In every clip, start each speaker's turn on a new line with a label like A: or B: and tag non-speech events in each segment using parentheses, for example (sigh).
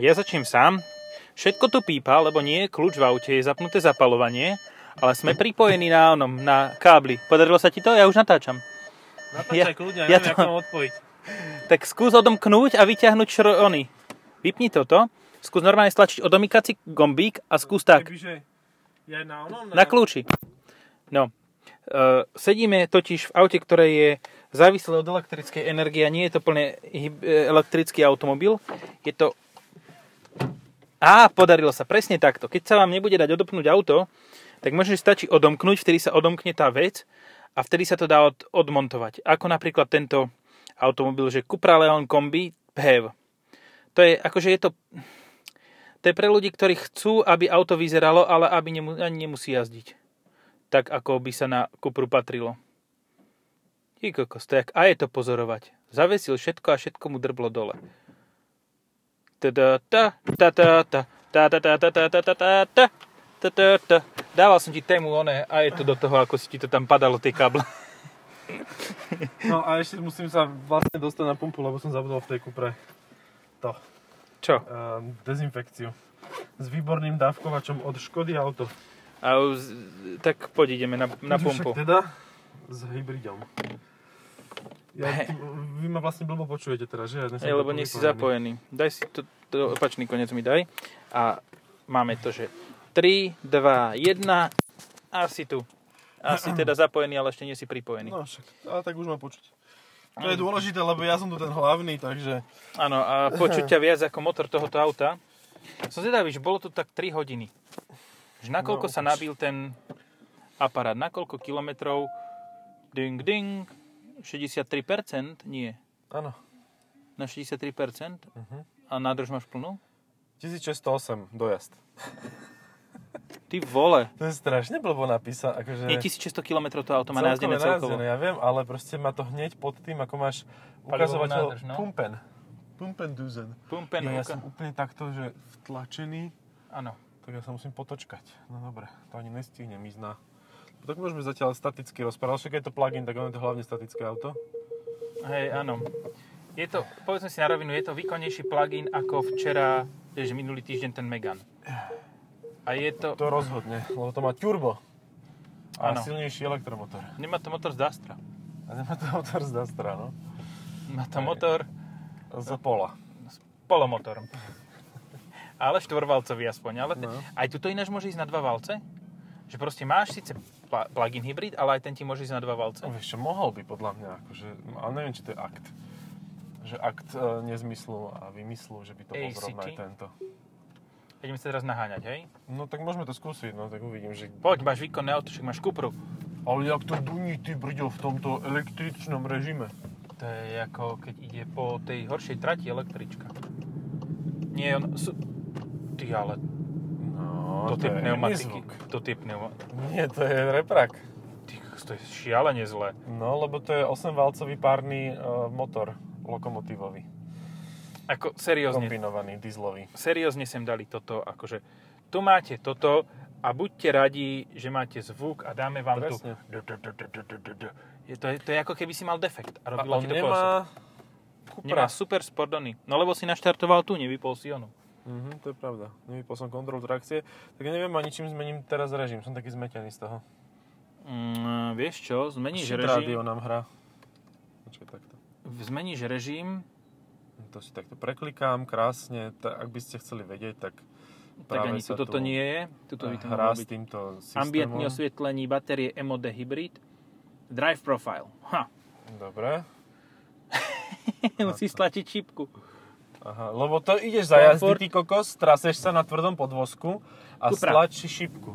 A: Ja začnem sám. Všetko tu pípa, lebo nie je kľúč v aute, je zapnuté zapalovanie, ale sme pripojení na onom, na kábli. Podarilo sa ti to? Ja už natáčam.
B: Natáčaj ja, kľudne, ja,
A: ja to-
B: neviem, to... ako mám odpojiť.
A: Tak skús odomknúť a vyťahnuť šro... Ony. Vypni toto. Skús normálne stlačiť odomykací gombík a skús tak.
B: Kebyže ja na onom...
A: Na kľúči. No. E, sedíme totiž v aute, ktoré je závislé od elektrickej energie a nie je to plne hyb- e, elektrický automobil. Je to... Á, podarilo sa presne takto. Keď sa vám nebude dať odomknúť auto, tak možno že stačí odomknúť, vtedy sa odomkne tá vec a vtedy sa to dá od, odmontovať. Ako napríklad tento automobil, že Cupra Leon Kombi PHEV. E To je, akože je to... To je pre ľudí, ktorí chcú, aby auto vyzeralo, ale aby nemu, ani nemusí jazdiť. Tak, ako by sa na Cupru patrilo. Ty kokos, to je, jak- a je to pozorovať. Zavesil všetko a všetko mu drblo dole. Tada, ta, ta, ta, ta, ta, ta, ta, ta, ta, ta, ta, ta, ta, ta, ta, ta. Dával som ti tému oné a je to do toho, ako si ti to tam padalo tie kable.
B: No a ešte musím sa vlastne dostať na pumpu, lebo som zabudol v tej kupre to,
A: (laughs) Čo?
B: ehm, dezinfekciu. S výborným dávkovačom od Škody Auto.
A: A už- tak poď ideme na, na
B: Čo však
A: pumpu.
B: teda s hybridom. Ja,
A: He.
B: ty, vy ma vlastne blbo počujete teraz, že? Ja dnes
A: Hej,
B: som
A: lebo
B: bol
A: nie si
B: pripojený.
A: zapojený. Daj si to, to opačný koniec mi daj. A máme to, že 3, 2, 1 a si tu. A si teda zapojený, ale ešte nie si pripojený.
B: No však, ale tak už ma počuť. To
A: Mm.
B: je dôležité, lebo ja som tu ten hlavný, takže...
A: Áno, a počuť ťa viac ako motor tohoto auta. Som zvedavý, že bolo to tak 3 hodiny. Že nakoľko
B: No,
A: sa
B: už.
A: nabil ten aparát, nakoľko kilometrov, ding, ding, 63%, nie,
B: Áno.
A: na 63%. A nádrž máš plnú?
B: 1608 dojazd.
A: Ty vole,
B: To je strašne blbo napísané. Akože...
A: nie 1600 km to auto má najazdené
B: Celkové
A: celkovo.
B: najazdené, ja viem, ale proste má to hneď pod tým, ako máš ukazovateľ
A: nádrž, no.
B: pumpen. Pumpen duzen.
A: Pumpen,
B: ja
A: ja
B: som úplne takto, že vtlačený,
A: Áno.
B: tak ja sa musím potočkať. No dobre, to ani nestihnem ísť na... No Tak môžeme zatiaľ staticky rozprávať, však je to plug-in, tak ono je to hlavne statické auto.
A: Hej, áno. Je to, povedzme si na rovinu, je to výkonnejší plugin ako včera, tiež minulý týždeň ten Megan. A je to,
B: To rozhodne, lebo to má turbo.
A: Áno.
B: A silnejší elektromotor.
A: nemá to motor z Dastra.
B: A nemá to motor z Dastra, no.
A: Má to
B: Hej.
A: motor
B: Z pola.
A: polomotor. Ale štvorvalcový aspoň. Ale te,
B: No.
A: Aj tuto ináč môže ísť na dva valce? Že proste máš síce pla- plug-in hybrid, ale aj ten ti môže ísť na dva valce.
B: No, vieš čo, mohol by podľa mňa, akože, ale neviem, či to je akt. Že akt e, nezmyslu a vymyslu, že by to bol
A: ACT?
B: zrovna aj tento.
A: Ideme sa teraz naháňať, hej?
B: No tak môžeme to skúsiť, no tak uvidím, že...
A: Poď, máš výkonné auto, však máš Kupru.
B: Ale jak to duní ty brďo v tomto električnom režime?
A: To je ako keď ide po tej horšej trati električka. Nie, on... Sú... Ty, ale to,
B: No,
A: tie
B: je iný
A: pneumatiky.
B: zvuk.
A: To tie pneumatiky.
B: Nie, to je reprak.
A: Ty, kokos, to je šialene zlé.
B: No, lebo to je 8-valcový párny e, motor lokomotívový.
A: Ako, seriózne.
B: Kombinovaný, dieselový.
A: Seriózne sem dali toto, akože... Tu máte toto a buďte radi, že máte zvuk a dáme vám tu...
B: Presne.
A: Du, du, du, du, du, du, du, du. Je to, to je ako keby si mal defekt a
B: A
A: robilo
B: on
A: ti to nemá...
B: nemá...
A: Nemá
B: Kupra.
A: super spordony. No lebo si naštartoval tu, nevypol si onu.
B: Mhm, to je pravda. Nevypol som kontrol trakcie, tak ja neviem ani čím zmením teraz režim. Som taký zmetený z toho.
A: Mm, vieš čo, zmeníš
B: Shit
A: režim,
B: rádio nám hrá. Počkaj, takto.
A: zmeníš režim,
B: To si takto preklikám, krásne. Ta, ak by ste chceli vedieť, tak
A: tak
B: práve
A: ani
B: sa
A: tu toto
B: tu
A: nie je. Tuto by to
B: hrá
A: mohlo
B: s
A: byť.
B: týmto systémom.
A: Ambientné osvietlení batérie MOD Hybrid. Drive Profile. Ha. (laughs)
B: Dobre.
A: Musíš stlačiť čipku.
B: Aha, lebo to ideš za jazdy,
A: Komfort.
B: ty kokos, traseš sa na tvrdom podvozku a
A: Kupra.
B: stlačíš šipku.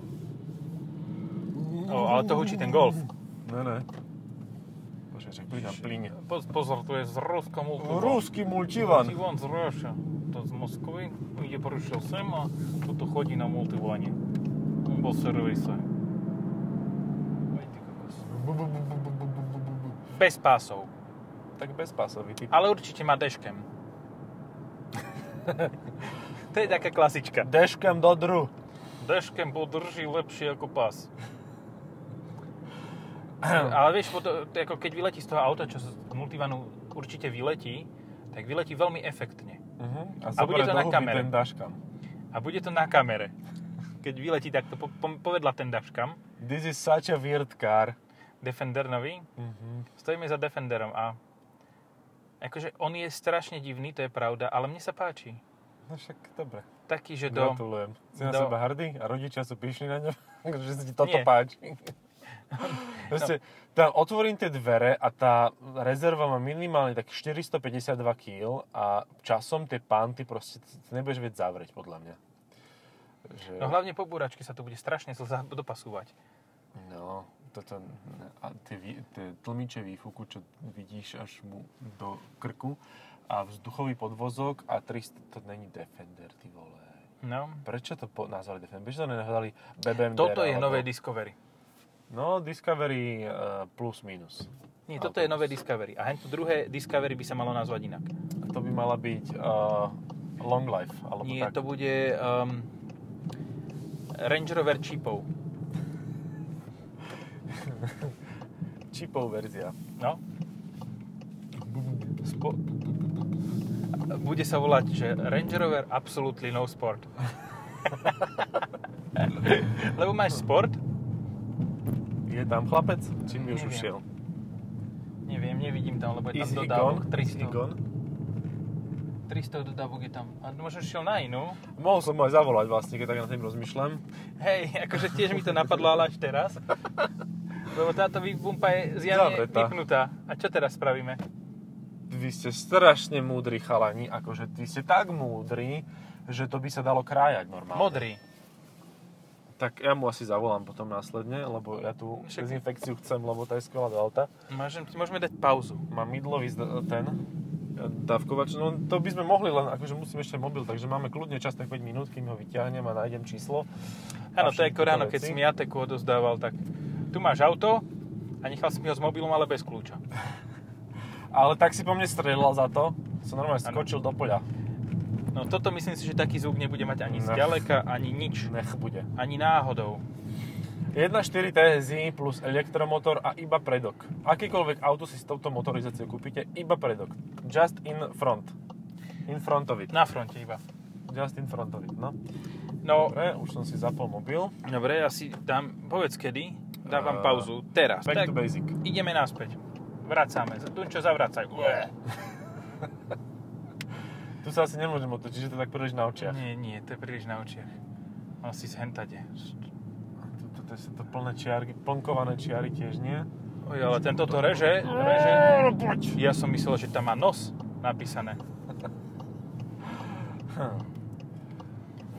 A: O, ale to hučí ten Golf.
B: Ne, ne. Bože, že plyn plyne.
A: Poz, pozor, tu je z Ruskom
B: Ruský multivan.
A: Multivan z Russia. To z Moskvy. Ide porušil sem a tuto chodí na multivane. Po servise. Aj ty kokos.
B: Bu, bu, bu, bu, bu, bu, bu, bu, bu.
A: Bez pásov.
B: Tak bezpásový typ.
A: Ale určite má deškem. (laughs) to je taká klasička.
B: Deškem do dru.
A: Deškem podrží lepšie ako pás. Ale vieš, potom, to je ako keď vyletí z toho auta, čo z multivanu určite vyletí, tak vyletí veľmi efektne.
B: Uh-huh.
A: A
B: A,
A: bude
B: zobrať
A: to
B: do
A: na
B: huby
A: kamere.
B: Ten dáš kam.
A: A bude to na kamere. Keď vyletí takto, po, po, povedla ten daškam,
B: This is such a weird car.
A: Defender nový,
B: Uh-huh.
A: stojíme za Defenderom a akože on je strašne divný, to je pravda, ale mne sa páči.
B: No však dobre.
A: Taký, že do...
B: Gratulujem. Si na
A: do-
B: seba hrdý a rodičia sú pyšní na ňa, (laughs) že si ti toto
A: Nie.
B: (laughs) páči. Proste, tam otvorím tie dvere a tá rezerva má minimálne tak 452 kg a časom tie panty proste t- t- nebudeš vedieť zavrieť, podľa mňa. Že...
A: No hlavne po búračke sa to bude strašne zl- dopasúvať.
B: no, toto, a tie, vý- tie tlmiče výfuku, čo vidíš až mu do krku a vzduchový podvozok a 300, to není Defender, ty vole.
A: No.
B: Prečo to po, nazvali Defender? Prečo to nenazvali BBM?
A: Toto je nové Discovery.
B: No, Discovery eh, plus minus.
A: Nie, toto je
B: Autobus.
A: nové Discovery. A hento druhé Discovery by sa malo nazvať inak.
B: A to by mala byť eh, Long Life, alebo
A: Nie,
B: tak.
A: to bude um, Range Rover čipov.
B: Čipov verzia.
A: No. Spo- bude sa volať, že Range Rover Absolutely No Sport. (laughs) Lebo máš sport?
B: Je tam chlapec? Či mi už
A: Neviem.
B: ušiel?
A: Neviem, nevidím tam, lebo je tam
B: Easy
A: dodávok
B: Igon? Easy
A: 300.
B: Igon?
A: 300 dodávok je tam. A možno šiel na inú.
B: Mohol som mu aj zavolať vlastne, keď tak nad tým rozmýšľam.
A: Hej, akože tiež mi to napadlo, ale až teraz. Lebo táto výbumpa je zjavne
B: Zavretá.
A: vypnutá. A čo teraz spravíme?
B: Vy ste strašne múdri chalani, akože vy ste tak múdri, že to by sa dalo krájať normálne.
A: Modrý.
B: Tak ja mu asi zavolám potom následne, lebo ja tu
A: Však-
B: dezinfekciu chcem, lebo tá je skvelá do auta.
A: Môžem, môžeme dať pauzu.
B: má mydlový zd- ten dávkovač. No to by sme mohli, len akože musím ešte mobil, takže máme kľudne čas tak 5 minút, kým ho vyťahnem a nájdem číslo.
A: Áno,
B: A
A: to je ako
B: všetky
A: ráno,
B: tie
A: keď
B: veci.
A: si mi Jateku odozdával, tak tu máš auto a nechal si mi ho s mobilom, ale bez kľúča.
B: Ale tak si po mne strelal za to. Som normálne
A: Áno.
B: skočil do poľa.
A: No toto myslím si, že taký zvuk nebude mať ani
B: No.
A: zďaleka, ani nič,
B: Nech bude.
A: ani náhodou.
B: 1.4 TSI plus elektromotor a iba predok. Akýkoľvek auto si s touto motorizáciou kúpite, iba predok. Just in front. In front of it.
A: Na fronte iba.
B: Just in front of it, no.
A: No,
B: Dobre, už som si zapol mobil.
A: dobre, ja si dám, povedz kedy, dávam
B: Eh,
A: pauzu, teraz.
B: Back
A: Tak
B: to basic.
A: ideme naspäť. Vracáme, tu čo zavracaj.
B: Tu sa asi nemôžem otočiť, že to tak príliš na očiach.
A: Nie, nie, to je príliš na očiach. On si zhentade.
B: Toto to, to, to plné čiarky, plnkované čiary tiež nie.
A: Oj, ale tento to reže, reže.
B: poď!
A: Ja som myslel, že tam má nos napísané.
B: Hm.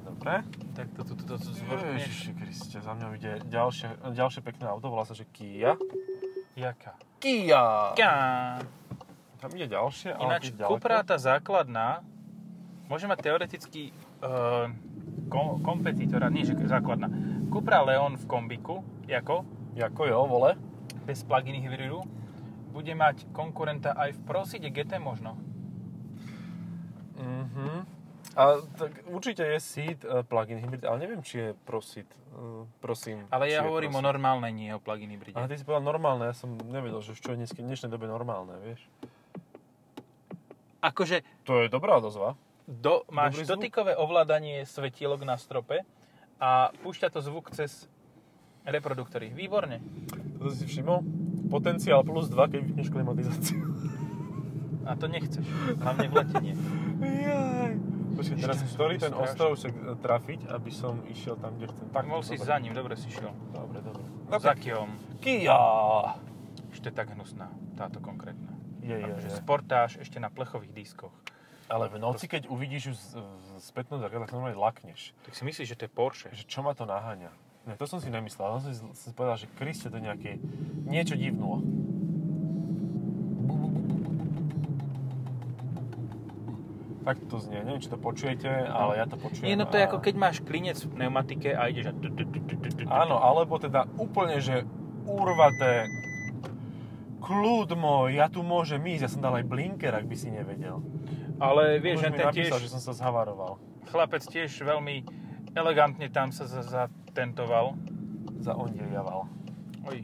B: Dobre.
A: Tak to tu to, to, to zvrtneš.
B: Ježiši Kriste, za mňou ide ďalšie, ďalšie pekné auto, volá sa, že Kia.
A: Jaká?
B: Kia!
A: Ká.
B: Tam ide ďalšie, ale
A: Ináč,
B: to je ďaleko.
A: Cupra tá základná môže mať teoreticky uh, kom, kompetitora, nie že základná. Cupra Leon v kombiku, ako
B: Jako jo, vole.
A: bez plug-in hybridu, bude mať konkurenta aj v Proside GT možno.
B: Mhm. A tak určite je Seat eh, plug-in hybrid, ale neviem, či je ProSeat. eh, Prosím.
A: Ale ja
B: či je
A: hovorím o no-
B: ProSeat.
A: normálnej, nie o plug-in hybride.
B: Ale ty si povedal normálne, ja som nevedel, že čo je dnes- v dnešnej dobe normálne, vieš.
A: Akože
B: To je dobrá odozva.
A: do, máš
B: Dobrý zvuk.
A: dotykové ovládanie svetielok na strope a púšťa to zvuk cez reproduktory. Výborne.
B: To si všimol? Potenciál plus 2, keď vypneš klimatizáciu.
A: A to nechceš. Hlavne v lete nie.
B: (laughs) Jaj. Počkaj,
A: Ešte
B: teraz
A: to
B: ktorý
A: bude
B: ten
A: strašné.
B: ostrovček trafiť, aby som išiel tam, kde chcem.
A: (laughs) Tak No
B: Tak,
A: mohol si
B: dobre.
A: za ním, dobre si šiel.
B: Dobre, dobre.
A: Okay. Za Kiom.
B: Kia!
A: Ešte tak hnusná, táto konkrétna.
B: Je, je,
A: Akože
B: je.
A: sportáž ešte na plechových diskoch.
B: Ale v noci, keď uvidíš ju z- z- spätnú zrkadlo, tak normálne lakneš.
A: Tak si myslíš, že to je Porsche?
B: Že čo ma to naháňa? Ne, to som si nemyslel. Ja som si, som si povedal, že Kriste to nejaké... Niečo divnulo. Tak to znie. Neviem, či to počujete, ale ja to počujem.
A: Nie, no to je
B: a-
A: ako keď máš klinec v pneumatike a ideš a... tu, tu, tu, tu, tu, tu.
B: Áno, alebo teda úplne, že urvaté kľud môj, ja tu môžem ísť, ja som dal aj blinker, ak by si nevedel.
A: Ale vieš, že
B: Už mi
A: ten tiež,
B: napísal, že som sa zhavaroval.
A: chlapec tiež veľmi elegantne tam sa za- zatentoval.
B: Zaondejaval.
A: Oj,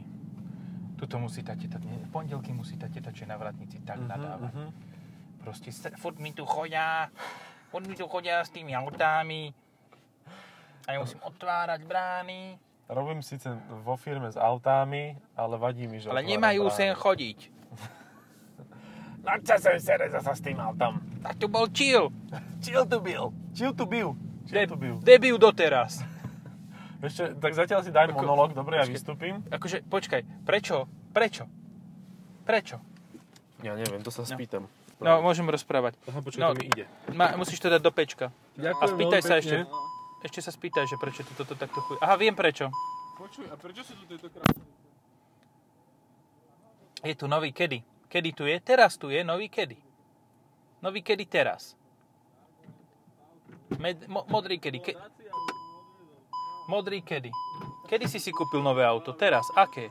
A: tuto musí tá teta, nie, pondelky musí tá teta, čo je na vratnici, tak nadávať.
B: Mhm. Proste sa...
A: Furt mi tu chodia, furt mi tu chodia s tými autami. A ja musím otvárať brány.
B: Robím síce vo firme s autami, ale vadí mi, že...
A: Ale
B: otváram
A: nemajú
B: brány.
A: sem chodiť.
B: No čo sem sere zasa s tým autom?
A: Tak tu bol chill.
B: Chill tu byl. Chill tu byl. Chill
A: De-
B: tu byl.
A: debil doteraz.
B: Ešte, tak zatiaľ si daj
A: Ako-
B: monolog, dobre, ja
A: počkej.
B: vystúpim.
A: Akože, počkaj, prečo? Prečo? Prečo?
B: Ja neviem, to sa spýtam.
A: No, môžem rozprávať.
B: Aha, počkaj,
A: no.
B: to mi ide.
A: Ma, musíš to dať do pečka.
B: Ďakujem
A: A spýtaj
B: veľmi
A: sa
B: No, pekne.
A: ešte. Ešte sa spýtaj, že prečo to toto takto chuj... Aha, viem prečo.
C: Počuj, a prečo sú tu tieto
A: Je tu nový kedy. Kedy tu je? Teraz tu je nový kedy. Nový kedy teraz. Med, mo, modrý kedy. Ke, modrý kedy. Kedy si si kúpil nové auto? Teraz. Aké?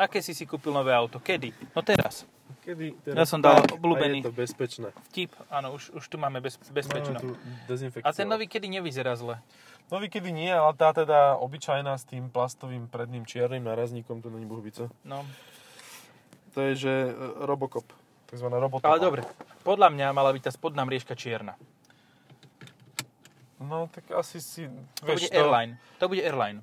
A: Aké si si kúpil nové auto? Kedy? No teraz.
B: Kedy
A: Ja som dal
B: Tak,
A: obľúbený.
B: a Je to bezpečné.
A: Vtip. Áno, už, už tu máme bez, bezpečno.
B: Máme tu dezinfekciu.
A: A ten nový kedy nevyzerá zle.
B: Nový kedy nie, ale tá teda obyčajná s tým plastovým predným čiernym nárazníkom, to není bohbica.
A: No.
B: To je, že e, Robocop. Takzvaná robotá.
A: Ale dobre. Podľa mňa mala byť tá spodná mriežka čierna.
B: No, tak asi si...
A: To bude airline. To bude airline.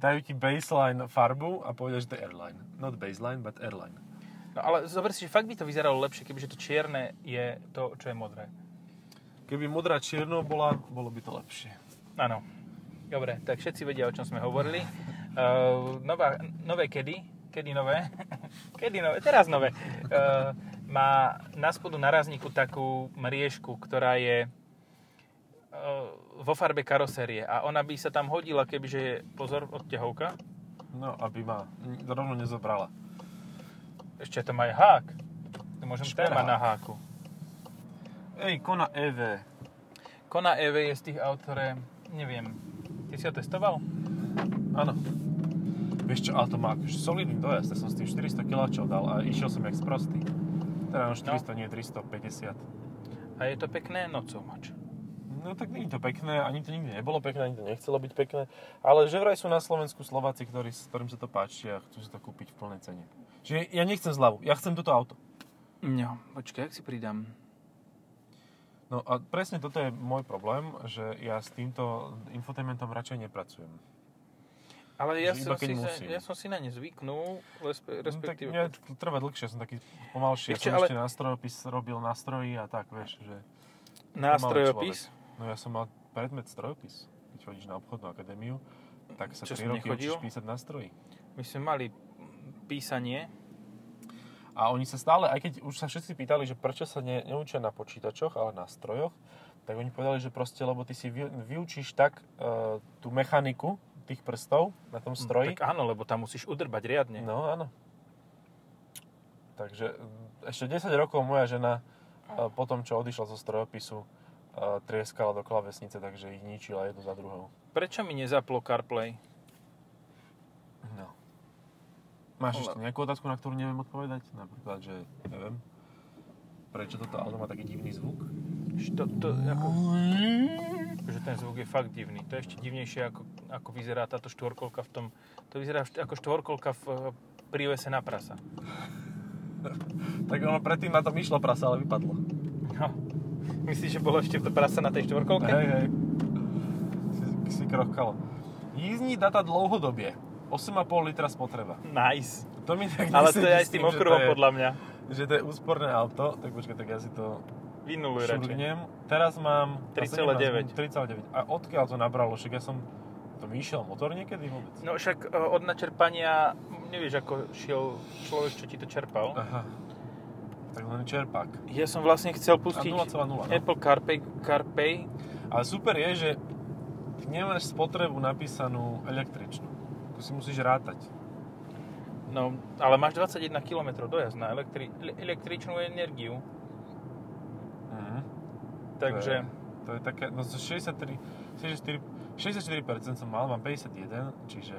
B: Dajú ti baseline farbu a povedia, že to je airline. Not baseline, but airline.
A: No ale zober si, že fakt by to vyzeralo lepšie, kebyže to čierne je to, čo je modré.
B: Keby modrá čiernou bola, bolo by to lepšie.
A: Áno. Dobre, tak všetci vedia, o čom sme (laughs) hovorili. Uh, nová, nové kedy, kedy nové, (laughs) kedy nové, teraz nové, uh, má na spodu narazníku takú mriežku, ktorá je uh, vo farbe karosérie a ona by sa tam hodila, kebyže je, pozor, odťahovka,
B: No, aby ma n- rovno nezobrala.
A: ešte tam aj hák, to môžem
B: Šperhák.
A: téma na háku.
B: Ej, Kona E EV.
A: Kona EV je z tých aut, ktoré, neviem, ty si ho testoval?
B: Áno. Vieš čo, ale to má akože solidný dojazd. Ja som s tým 400 kiláčov dal a išiel som jak sprostý. Teda no 400, nie 350.
A: A je to pekné nocou mač.
B: No tak nie je to pekné, ani to nikdy nebolo pekné, ani to nechcelo byť pekné. Ale že vraj sú na Slovensku Slováci, ktorí, s ktorým sa to páči a chcú si to kúpiť v plnej cene. Čiže ja nechcem zľavu, ja chcem toto auto.
A: No, počkaj, ak si pridám.
B: No a presne toto je môj problém, že ja s týmto infotainmentom radšej nepracujem. No
A: Ale ja
B: Že
A: som,
B: iba keď
A: si, sa-
B: musím.
A: ja som si na ne zvyknul, respe- respektíve...
B: No, tak mňa trvá dlhšie, som taký pomalší. Ja
A: Ešte,
B: som
A: ale-
B: ešte nástrojopis robil nástroji a tak, vieš, že...
A: Nástrojopis.
B: No ja som mal predmet strojopis. Keď chodíš na obchodnú akadémiu, tak sa
A: Čo
B: 3
A: som
B: roky
A: nechodil?
B: učíš písať nástroji.
A: My sme mali písanie.
B: A oni sa stále, aj keď už sa všetci pýtali, že prečo sa ne, neučia na počítačoch, ale na strojoch, tak oni povedali, že proste, lebo ty si vy, vyučíš tak e, tú mechaniku tých prstov na
A: Hm,
B: tom stroji,
A: Tak áno, lebo tam musíš udrbať riadne.
B: No, áno. Takže mm, ešte 10 rokov moja žena e, po tom, čo odišla zo strojopisu, e, trieskala do klavesnice, takže ich ničila jednu za druhou.
A: Prečo mi nezaplo CarPlay?
B: No. Máš ešte
A: Ale-
B: nejakú otázku, na ktorú neviem odpovedať? Napríklad, že neviem, prečo toto auto má taký divný zvuk?
A: Že To, to, ako, že ten zvuk je fakt divný. To je ešte divnejšie, ako, ako vyzerá táto štvorkolka v tom... To vyzerá št- ako štvorkolka v eh, prívese na prasa.
B: Tak ono predtým na tom išlo prasa, ale vypadlo.
A: No. (laughs) Myslíš, že bolo ešte to prasa na tej štvorkolke?
B: Hej, hej. Si, si krochkalo. Jízdní data dlouhodobie. 8,5 litra spotreba.
A: Nice.
B: (laughs) To mi tak
A: Ale
B: nesedí
A: to je aj s tým
B: že to
A: okruhom
B: je-
A: podľa mňa.
B: že to je úsporné auto, tak počkaj, tak ja si to
A: Vynuluj radšej.
B: šurgnem. Teraz mám... na
A: 3,9.
B: 17, 3,9. A odkiaľ to nabralo? Však ja som... To mi išiel motor niekedy vôbec?
A: No však e, od načerpania, nevieš ako šiel človek, čo ti to čerpal.
B: Aha. Tak len čerpák.
A: Ja som vlastne chcel
B: A
A: pustiť
B: 0,0. No.
A: Apple CarPay, CarPay.
B: Ale super je, že ty nemáš spotrebu napísanú električnú. Tu si musíš rátať.
A: No, ale máš 21 km dojazd na elektri- le- električnú energiu.
B: Mhm.
A: Takže
B: To je také, no zo 63, 64, 64% som mal, mám 51, čiže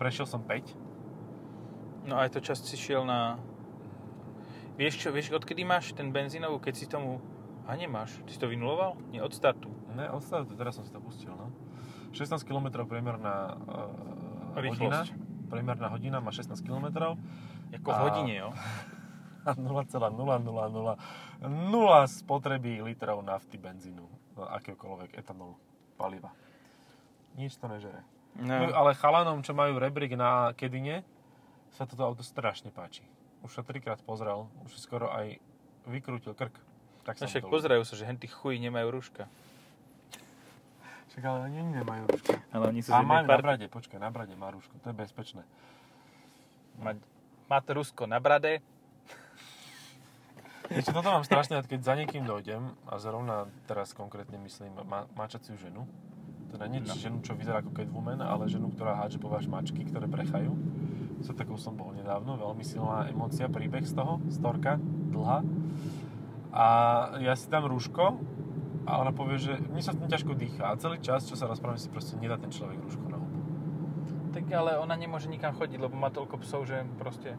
B: prešiel som 5.
A: No aj to čas si šiel na...
B: Mhm.
A: Vieš čo, vieš odkedy máš ten benzínovú, keď si tomu... A nemáš, ty si to vynuloval? Nie, od startu.
B: Ne, odstav to, teraz som si to pustil, no. 16 km priemerná uh, eh, hodina.
A: Rýchlosť.
B: Priemerná hodina má 16 km.
A: Ako v
B: A-
A: hodine, jo?
B: 0,000 spotreby litrov nafty, benzínu, no, akéhokoľvek etanolu, paliva. Nič to nežere. No.
A: No.
B: Ale chalanom, čo majú rebrík na Kedine, sa toto auto strašne páči. Už sa trikrát pozrel, už si skoro aj vykrútil krk. Tak
A: No
B: sa mu
A: však
B: to
A: pozerajú sa, že henty chuj nemajú rúška.
B: ľúbi. Však ale oni nemajú rúško.
A: Ale oni sú z
B: A má
A: jednej
B: na
A: party.
B: brade, počkaj, na brade má rúško, to je bezpečné.
A: Mať, mať Rusko na brade.
B: Ešte toto mám strašne, rád, keď za niekým dojdem a zrovna teraz konkrétne myslím ma- mačaciu ženu, teda nie
A: No.
B: ženu, čo vyzerá ako catwoman, ale ženu, ktorá hádže po váš mačky, ktoré prechajú. So takou som bol nedávno, veľmi silná emócia, príbeh z toho, storka, dlhá. A ja si dám rúško a ona povie, že mne sa v tom ťažko dýcha a celý čas, čo sa rozprávam, si proste nedá ten človek rúško na hubu.
A: Tak ale ona nemôže nikam chodiť, lebo má toľko psov, že proste...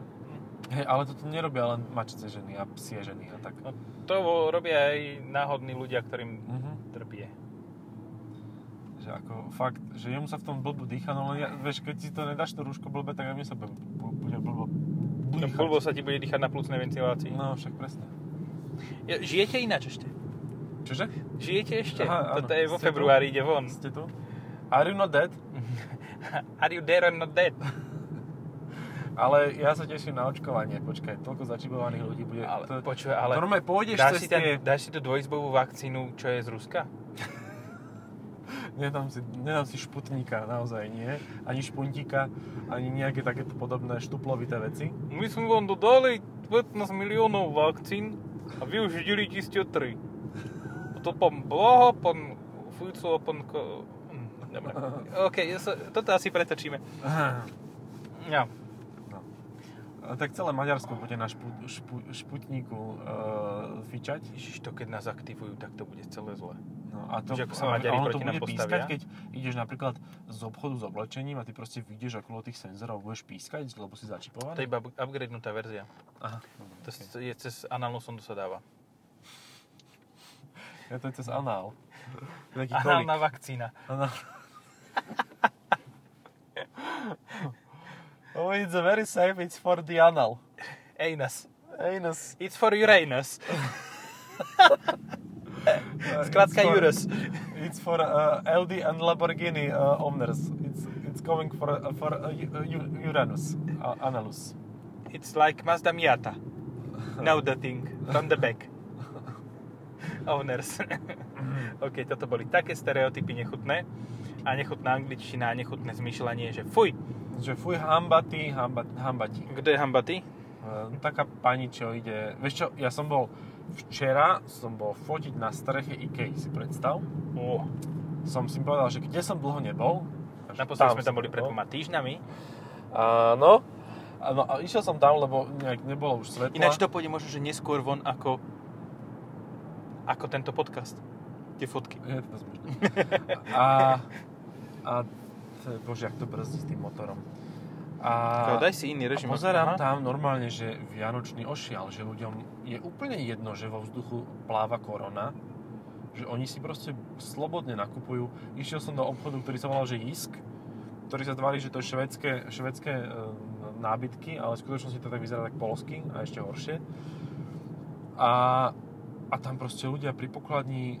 B: Hej, ale toto nerobia len mačice ženy a psie ženy a tak.
A: No, to vo- robia aj náhodní ľudia, ktorým
B: Mhm.
A: trpie.
B: Že ako fakt, že jemu sa v tom blbo dýcha, no len ja, vieš, keď si to nedáš to rúško blbe, tak aj mne sa bu- bu- bude blbo
A: No,
B: dýchať.
A: blbo sa ti bude dýchať na plúcnej ventilácii. No.
B: No, však presne.
A: Žijete ináč ešte?
B: Čože?
A: Žijete ešte?
B: Aha,
A: Aha,
B: áno.
A: Toto je vo
B: Ste tu?
A: februári, ide von.
B: Ste tu? Are you not dead?
A: (laughs) Are you there or not dead?
B: Ale ja sa teším na očkovanie. Počkaj, toľko začibovaných ľudí bude.
A: Ale,
B: to,
A: počuj, ale
B: Normálne pôjdeš
A: dáš,
B: cez
A: si ten,
B: tie...
A: dáš si tú dvojizbovú vakcínu, čo je z Ruska?
B: Nedám si, nedám si šputníka, naozaj nie. Ani špuntíka, ani nejaké takéto podobné štuplovité
A: (laughs)
B: veci.
A: My sme vám dodali 15 miliónov vakcín a vy už delíte ste 3. To pán Blaha, pán Fico a pán... Ko... Hm, Dobre. OK, ja sa, toto asi pretočíme. No. Ja.
B: A tak celé Maďarsko bude na špu, špu, šputníku uh, fičať.
A: Ježiš, to keď nás aktivujú, tak to bude celé zle.
B: No, a to,
A: Že ako sa
B: a-
A: Maďari
B: a ono to
A: proti nám
B: bude
A: postavia?
B: pískať, keď ideš napríklad z obchodu s oblečením a ty proste vyjdeš okolo tých senzorov budeš pískať, lebo si
A: To je
B: začipovaný. No,
A: iba up- upgradenutá verzia.
B: Aha,
A: To s- je cez análnu sondu sa dáva.
B: ja to je cez
A: (laughs)
B: anál. Taký kolik.
A: Análna vakcína.
B: Anál. (laughs) oh, it's very safe, it's for the anal.
A: Anus.
B: Anus.
A: It's for Uranus.
B: Uh,
A: Skladka
B: it's for-
A: Urus.
B: It's for uh, LD and Lamborghini uh, owners. It's, it's going for, uh, for uh, U- Uranus. Uh, analus.
A: It's like Mazda Miata. Now the thing. From the back. Owners. (laughs) OK, toto boli také stereotypy nechutné. A nechutná angličtina a nechutné zmyšľanie, že fuj,
B: Že fuj, hamba ty, hamba, hamba ti.
A: kto je hamba ty?
B: E, Taká pani, čo ide... Vieš čo, ja som bol... Včera som bol fotiť na streche IKEA, si predstav.
A: Oh,
B: Som si povedal, že kde som dlho nebol. že
A: naposledy sme
B: som no.
A: tam boli pred
B: nebol.
A: dvoma týždňami.
B: Áno. Áno, a išiel som tam, lebo nejak nebolo už svetla.
A: Ináč to pôjde možno, že neskôr von ako, ako tento podcast. Tie fotky.
B: Je to dosť možné. A... a t- bože, jak to brzdí s tým motorom. A...
A: A, daj si iný režim.
B: A pozerám
A: Aha.
B: tam normálne, že vianočný ošial, že ľuďom je úplne jedno, že vo vzduchu pláva korona, že oni si proste slobodne nakupujú. Išiel som do obchodu, ktorý sa volal, že Jisk, ktorý sa tvári, že to je švedské, švedské e, nábytky, ale v skutočnosti to tak vyzerá tak polsky a ešte horšie. A, a tam proste ľudia pri pokladni e,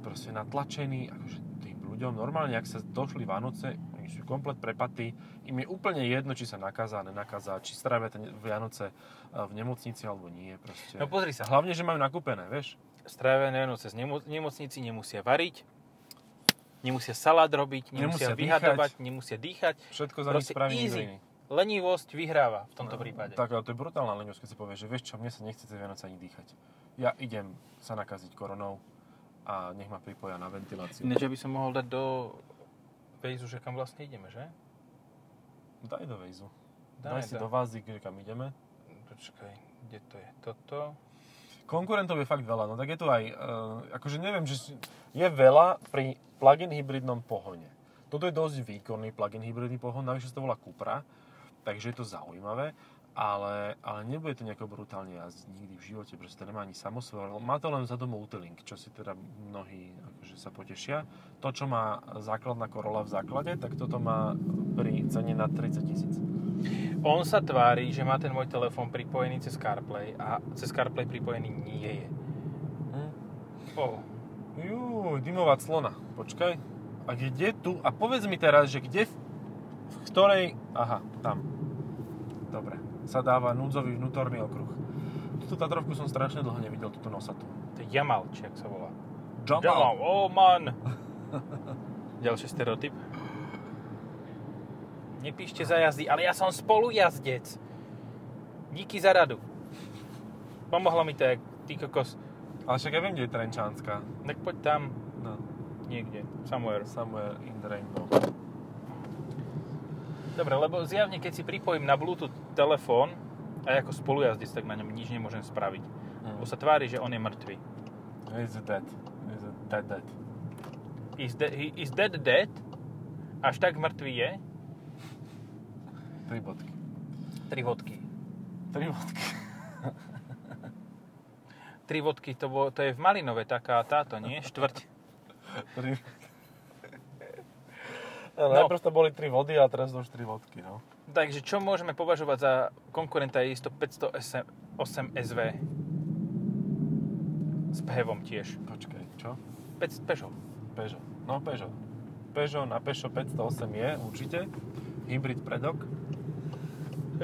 B: proste natlačení, akože tým ľuďom normálne, ak sa došli Vánoce, oni sú komplet prepatí, im je úplne jedno, či sa nakazá, nenakazá, či strávia ten Vianoce e, v nemocnici alebo nie. Proste.
A: No pozri sa.
B: Hlavne, že majú nakúpené, vieš.
A: Strávené Vianoce z nemo- nemocnici nemusia variť, nemusia salát robiť, nemusia,
B: Nemusia dýchať.
A: vyhadovať, nemusia dýchať.
B: Všetko za nich
A: Proste
B: spraví niekto
A: easy.
B: iný.
A: Lenivosť vyhráva v tomto prípade.
B: No, Tak, ale to je brutálna lenosť, keď si povieš, že vieš čo, mne sa nechce cez Vianoce ani dýchať. Ja idem sa nakaziť koronou a nech ma pripoja na ventiláciu.
A: Ináč, ja by som mohol dať do Vejzu, že kam vlastne ideme, že?
B: Daj do vejzu.
A: Dáme,
B: Daj si
A: dá-
B: do vázy, kde kam ideme.
A: Počkaj, kde to je? Toto?
B: Konkurentov je fakt veľa, no tak je tu aj, e, akože neviem, že si- je veľa pri plug-in hybridnom pohone. Toto je dosť výkonný plug-in hybridný pohon, navyše sa to volá Cupra, takže je to zaujímavé, ale, ale nebude to nejako brutálne jazdiť nikdy v živote, pretože to nemá ani samosvor, má to len za domov Multilink, čo si teda mnohí akože sa potešia. To, čo má základná Corolla v základe, tak toto má pri cene na 30 tisíc.
A: On sa tvári, že má ten môj telefón pripojený cez CarPlay a cez CarPlay pripojený nie je.
B: Hm?
A: Oh.
B: Jú, dymová clona. Počkaj. A kde tu? A povedz mi teraz, že kde... V, v ktorej... Aha, tam. Dobre. Sa dáva núdzový vnútorný okruh. Tuto Tatrovku som strašne dlho nevidel, túto nosatú.
A: To je Jamal, či ak sa volá.
B: Jamal.
A: oh (laughs) man. Ďalší stereotyp. Nepíšte za jazdy, ale ja som spolujazdec. Díky za radu. Pomohlo mi to, jak ty kokos.
B: Ale však ja viem, kde je Trenčánska.
A: Tak poď tam
B: No,
A: niekde, somewhere.
B: somewhere in the rainbow.
A: Dobre, lebo zjavne, keď si pripojím na Bluetooth telefón, a ja ako spolujazdec, tak na ňom nič nemôžem spraviť.
B: Hm.
A: Lebo sa tvári, že on je mŕtvy.
B: Is it dead? Is it dead dead?
A: Is, de- he is dead dead? Až tak mŕtvy je?
B: Tri bodky.
A: Tri vodky.
B: Tri bodky.
A: Tri vodky, to, bolo, to je v Malinove taká táto, nie? Štvrť.
B: Tri... (laughs) No, najprv to boli tri vody a teraz to už tri vodky, no.
A: Takže čo môžeme považovať za konkurenta je isto 508 SV. S pehevom tiež.
B: Počkaj, čo?
A: 5 pešov.
B: Peugeot. No, Peugeot. Peugeot na Peugeot 508 je určite. Hybrid predok.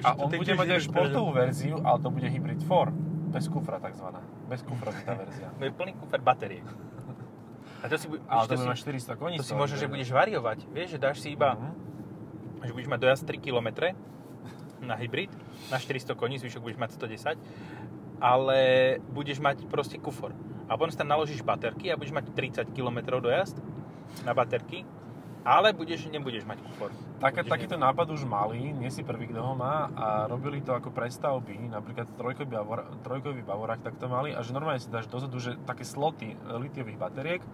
B: A on bude mať aj športovú verziu, ale to bude Hybrid 4. Bez kufra takzvaná. Bez kufra je tá verzia.
A: To je plný kufer batérie. A to si, bu- vieš, to
B: Ale to Mhm.
A: si,
B: bude mať 400 koní.
A: to si možno, že budeš variovať. Vieš, že dáš si iba, že budeš mať dojazd 3 km na hybrid, na 400 koní, zvyšok budeš mať 110, ale budeš mať proste kufor. A potom si tam naložíš baterky a budeš mať 30 km dojazd na baterky, ale budeš, nebudeš mať kufor.
B: Taká,
A: Budeš
B: takýto nápad už mali, nie si prvý, kto ho má a robili to ako prestavby, napríklad trojkový, bavor, trojkový bavorák takto mali a že normálne si dáš dozadu, že také sloty e, litiových bateriek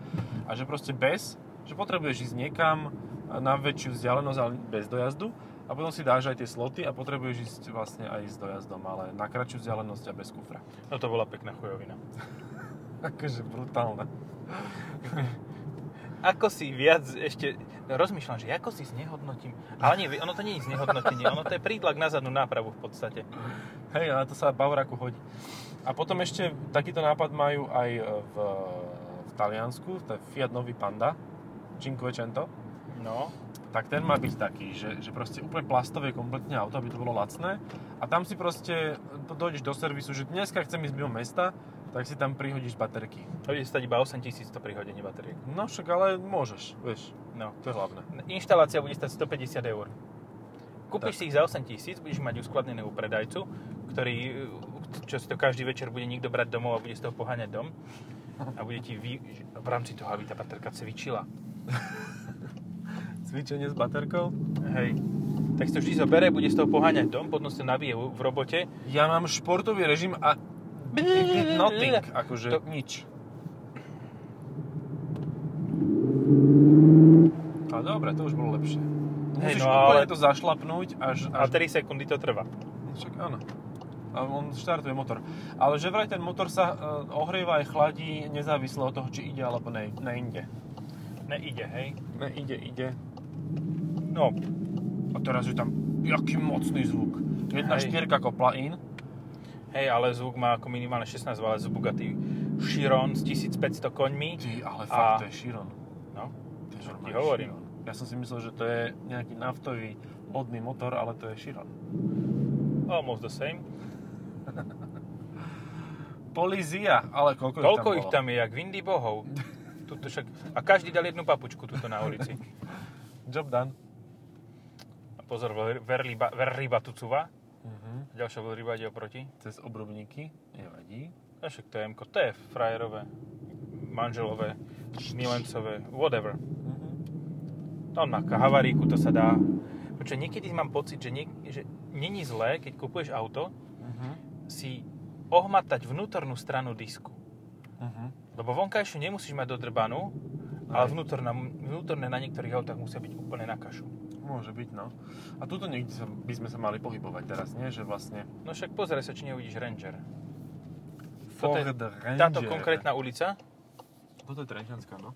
B: a že proste bez, že potrebuješ ísť niekam na väčšiu vzdialenosť, ale bez dojazdu a potom si dáš aj tie sloty a potrebuješ ísť vlastne aj s dojazdom, ale na kratšiu vzdialenosť a bez kufra. (laughs)
A: No to bola pekná chujovina.
B: Akože brutálne.
A: Ako si viac ešte... no, Rozmýšľam, že ako si znehodnotím... Ale nie, ono to nie je znehodnotenie, ono to je prídlak na zadnú nápravu v podstate.
B: Hej, ale to sa Bavoraku hodí. A potom ešte takýto nápad majú aj e, v, v Taliansku, to je Fiat Nový Panda, Cinquecento.
A: No.
B: Tak ten má byť taký, že, že proste úplne plastové kompletne auto, aby to bolo lacné. A tam si proste do- dojdeš do servisu, že dneska chcem ísť mimo mesta, tak si tam prihodíš baterky.
A: To bude stať iba 8000 to prihodenie bateriek.
B: No však ale môžeš, vieš,
A: No.
B: to je hlavné.
A: Inštalácia bude stať 150 eur. Kúpiš
B: Tak.
A: si ich za 8000, budeš mať uskladnené u predajcu, ktorý, čo si to každý večer bude niekto brať domov a bude z toho poháňať dom. A bude ti vy, v rámci toho, aby tá baterka cvičila.
B: Cvičenie s baterkou?
A: Hej. Tak si to vždy zobere, bude z toho poháňať dom, potom si to nabije v v robote.
B: Ja mám športový režim a it did nothing, akože
A: To-
B: nič. A dobre, to už bolo lepšie.
A: Hej,
B: Musíš
A: no
B: úplne
A: ale-
B: to zašlapnúť až...
A: A
B: až
A: 3 sekundy to trvá.
B: Však áno. A on štartuje motor. Ale že vraj ten motor sa e, ohrieva aj chladí nezávisle od toho, či ide alebo ne, neinde.
A: Neide, hej.
B: Neide, ide.
A: No,
B: A teraz je tam jaký mocný zvuk. Jedna
A: Hej.
B: štyrka kopla in.
A: hej, ale zvuk má ako minimálne 16 válec z Bugatti Chiron s 1500 koňmi.
B: Ty, ale
A: A-
B: fakt, to je Chiron.
A: No,
B: To je
A: Čo ti
B: normálne
A: hovorím.
B: Chiron. Ja som si myslel, že to je nejaký naftový lodný motor, ale to je Chiron.
A: almost the same.
B: Polizia, ale koľko,
A: Koľko
B: ich
A: ich tam
B: tam bolo?
A: je, jak vindy bohov. Tuto však, a každý dal jednu papučku tuto na ulici.
B: Job done.
A: A pozor, ver- verliba, verryba tu cuva.
B: Mhm.
A: Ďalšia verryba ide oproti.
B: Cez obrubníky, nevadí.
A: A však to je MK, to je frajerové, manželové, milencové, whatever.
B: Mhm.
A: Tam na havaríku to sa dá. Počkaj, niekedy mám pocit, že, niek- že není zlé, keď kupuješ auto,
B: Mhm.
A: si ohmatať vnútornú stranu disku.
B: Mhm.
A: Lebo vonkajšiu nemusíš mať dodrbanú, ale
B: Aj.
A: vnútorná, vnútorné na niektorých autách musia byť úplne na kašu.
B: Môže byť, no. A tuto niekde sa, by sme sa mali pohybovať teraz, nie? Že vlastne
A: No však pozeraj sa, či neuvidíš Ranger. Toto
B: Ford
A: je-
B: Ranger.
A: Táto konkrétna ulica,
B: Toto je Trenčanská, no.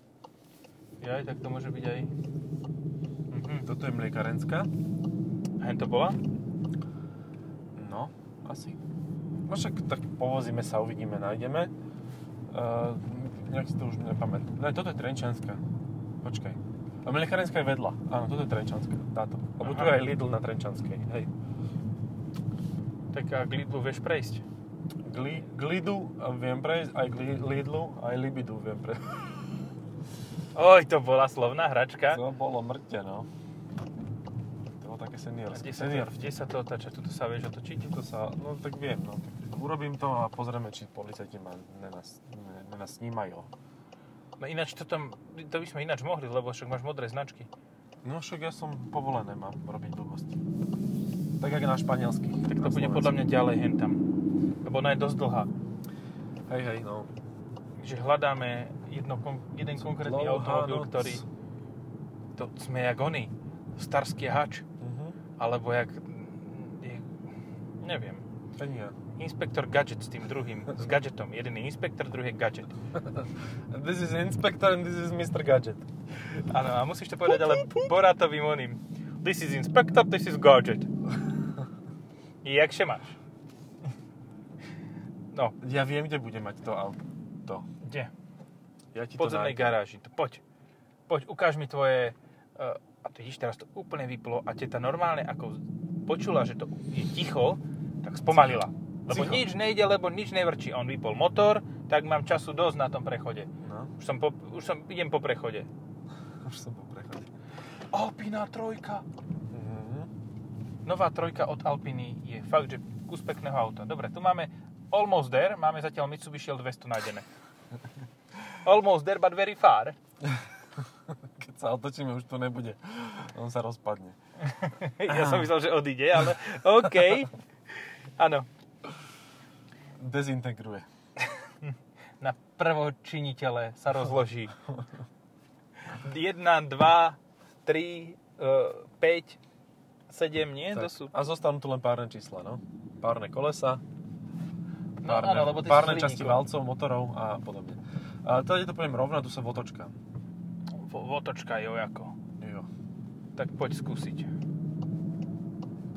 A: ja aj tak to môže byť aj... Mhm.
B: Toto je Mliekarenská.
A: A hen to bola?
B: Asi. No však tak povozíme sa, uvidíme, nájdeme. Uh, nejak si to už nepamätám. Ne, toto je Trenčianska. Počkaj. A Mlecharenská je vedľa. Áno, toto je Trenčianska. Táto. Lebo tu je
A: Aha.
B: aj Lidl na Trenčianskej. Hej.
A: Tak a k Lidlu vieš prejsť.
B: Gli, glidu viem prejsť, aj gli, Lidlu, aj Libidu viem prejsť.
A: Oj, to bola slovná hračka.
B: To bolo mŕte, no. To bolo také
A: A
B: seniorské.
A: Kde sa,
B: Senior.
A: to, kde sa to otáča? Tuto sa vieš otočiť?
B: To sa, no tak viem, no. Tak urobím to a pozrieme, či policajti ma nenas, ne- nenasnímajú.
A: No ináč to tam, to by sme ináč mohli, lebo však máš modré značky.
B: No však ja som povolené, mám robiť blbosti. Tak jak na španielských.
A: Tak to
B: na
A: bude
B: Slovensku.
A: podľa mňa ďalej hen tam. Lebo ona je dosť dlhá.
B: Hej, hej, no.
A: Takže hľadáme jedno, kon- jeden konkrétny
B: Dlouhá
A: automobil,
B: noc.
A: ktorý... To sme jak oni. Starský hač.
B: Mhm.
A: Alebo jak... mm, Je, neviem.
B: Penia.
A: Inspektor Gadget s tým druhým. S Gadgetom. Jeden je inspektor, druhý je Gadget.
B: This is Inspector and this is Mr. Gadget.
A: Áno, a musíš to povedať ale boratovým oným. This is inspector, this is Gadget. Jakže máš? No,
B: Ja viem, kde bude mať to auto. To.
A: kde?
B: Ja
A: v
B: ti
A: podzemnej
B: to nájdem.
A: garáži. To Poď, poď, ukáž mi tvoje... Uh, a to vidíš, teraz to úplne vyplo a teta normálne, ako počula, že to je ticho, tak spomalila. Lebo
B: Cicho.
A: nič nejde, lebo nič nevrčí. On vypol motor, tak mám času dosť na tom prechode.
B: No, (laughs)
A: Už som, po, už som idem po prechode.
B: už som po prechode.
A: Alpina trojka.
B: Mhm.
A: Nová trojka od Alpiny je fakt, že kus pekného auta. Dobre, tu máme Almost There, máme zatiaľ Mitsubishi L200 nájdené.
B: (laughs)
A: Almost There, but very far. (laughs)
B: Keď sa otočíme, už to nebude. On sa rozpadne.
A: Ja som myslel, že odíde, ale (laughs) OK. Áno,
B: Dezintegruje.
A: na prvočinitele sa
B: (laughs)
A: rozloží. 1, 2, 3, 5, 7, e, nie?
B: Tak.
A: To sú...
B: A zostanú tu len párne čísla, no. Párne kolesa,
A: No,
B: párne,
A: áno, lebo ty
B: párne
A: si
B: časti valcov, motorov a podobne. A tady to poviem rovno, tu sa votočka.
A: Votočka je ojako.
B: Jo.
A: Tak poď skúsiť.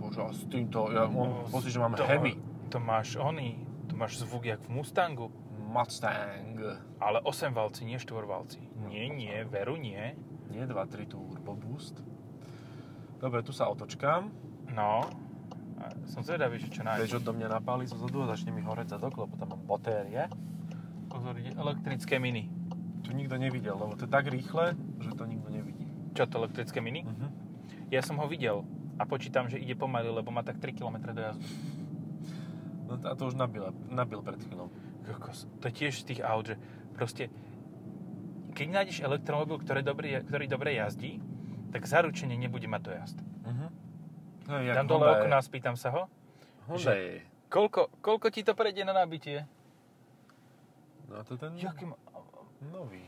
B: Bože, a s týmto, ja
A: No,
B: mám pocit, že mám
A: To-
B: heavy.
A: To máš oný, to máš zvuk jak v Mustangu.
B: Mustang.
A: Ale 8 valci, nie 4 valci.
B: No,
A: Nie,
B: to
A: nie,
B: áno.
A: veru nie.
B: Nie 2, 3 turbo boost. Dobre, tu sa otočkám.
A: No, a som zvedavý, že čo nájdeš.
B: Vieš, od do mňa napáli zo zadu a začne mi horeť zadok, lebo tam mám batérie.
A: Pozor, ide elektrické mini.
B: Tu nikto nevidel, lebo to je tak rýchle, že to nikto nevidí.
A: Čo to, elektrické mini?
B: Mhm.
A: Ja som ho videl a počítam, že ide pomaly, lebo má tak 3 km dojazdu.
B: No a to už nabil, nabil pred chvíľou.
A: Kokos, to je tiež z tých aut, že proste, keď nájdeš elektromobil, ktorý dobre, ktorý dobre jazdí, tak zaručenie nebude mať dojazd.
B: Mhm. No, jak
A: Dám dole
B: Honda je-
A: okno a spýtam sa ho,
B: Honda
A: že-
B: je.
A: koľko, koľko ti to prejde na nabitie?
B: No to je ten
A: Jaký ma...
B: nový.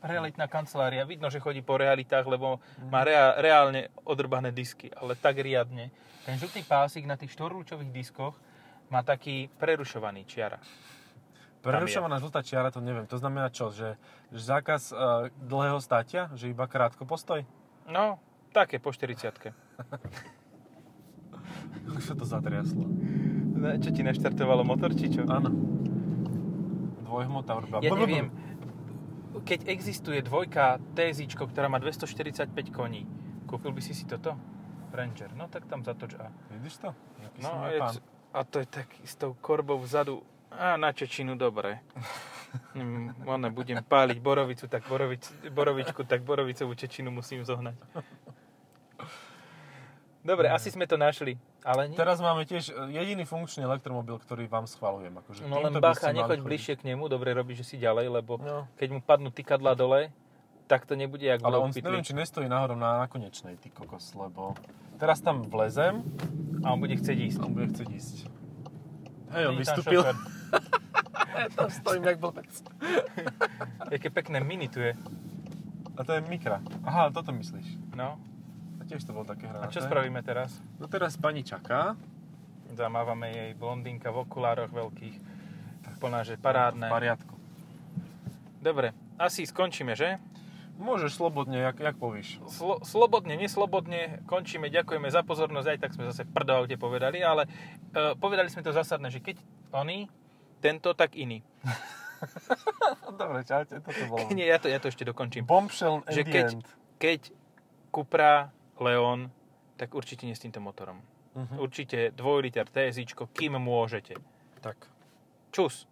A: Realitná kancelária, vidno, že chodí po realitách, lebo má rea, reálne odrbané disky, ale tak riadne. Ten žltý pásik na tých štvorľúčových diskoch má taký prerušovaný čiara.
B: Prerušovaná žltá čiara, to neviem. To znamená čo? Že, že zákaz uh, dlhého státia? Že iba krátko postoj?
A: No, také po 40
B: Už sa to zatriaslo.
A: Čo ti naštartovalo motor, či čo?
B: Áno. Dvojhmota vrba.
A: Ja neviem, keď existuje dvojka TZ, ktorá má 245 koní, kúpil by si si toto? Ranger, no tak tam zatoč a...
B: Vidíš to? Jaký
A: No,
B: no,
A: a,
B: som
A: je,
B: pán.
A: c- a to je tak s tou korbou vzadu. A na Čečinu
B: (laughs)
A: dobre. Mm, Ona budem páliť borovicu, tak borovič, borovičku, tak borovicovú Čečinu musím zohnať. Dobre, asi sme to našli. Ale nie,
B: Teraz máme tiež eh, jediný funkčný elektromobil, ktorý vám schvalujem. Akože
A: no len
B: týmto by
A: bacha,
B: ste mali
A: nechoď
B: chodiť.
A: bližšie k nemu, dobre robíš, že si ďalej, lebo
B: No.
A: keď mu padnú tykadla dole, tak to nebude jak
B: Ale
A: bolo
B: on,
A: v
B: neviem,
A: pytli.
B: či nestojí náhodou na konečnej, ty kokos, lebo teraz tam vlezem
A: A on bude chcieť ísť.
B: a on bude chcieť ísť. Hej, on
A: Vidí tam
B: vystúpil. (laughs)
A: šofer.
B: tam stojím jak blbec.
A: Jaké pekné mini tu je.
B: A to je mikra. Aha, toto myslíš.
A: No,
B: A tiež to bolo také
A: a
B: hrané.
A: čo spravíme teraz?
B: No teraz pani čaká.
A: Zamávame jej blondinka v okulároch veľkých. Plná, že parádne.
B: V poriadku.
A: Dobre, asi skončíme, že?
B: Môžeš slobodne, jak, jak povíš.
A: Slo- slobodne, neslobodne končíme, ďakujeme za pozornosť, aj tak sme zase prdo kde povedali, ale e, povedali sme to zásadné, že keď oni, tento, tak iný.
B: Dobre, čaute, toto bolo.
A: (laughs) Nie, ja No to, ja to ešte dokončím.
B: Bombshell and
A: Že
B: the
A: keď-
B: end.
A: Keď Cupra, Leon, tak určite nie s týmto motorom.
B: Mhm.
A: Určite dvojliter TSI, kým môžete.
B: Tak.
A: Čus.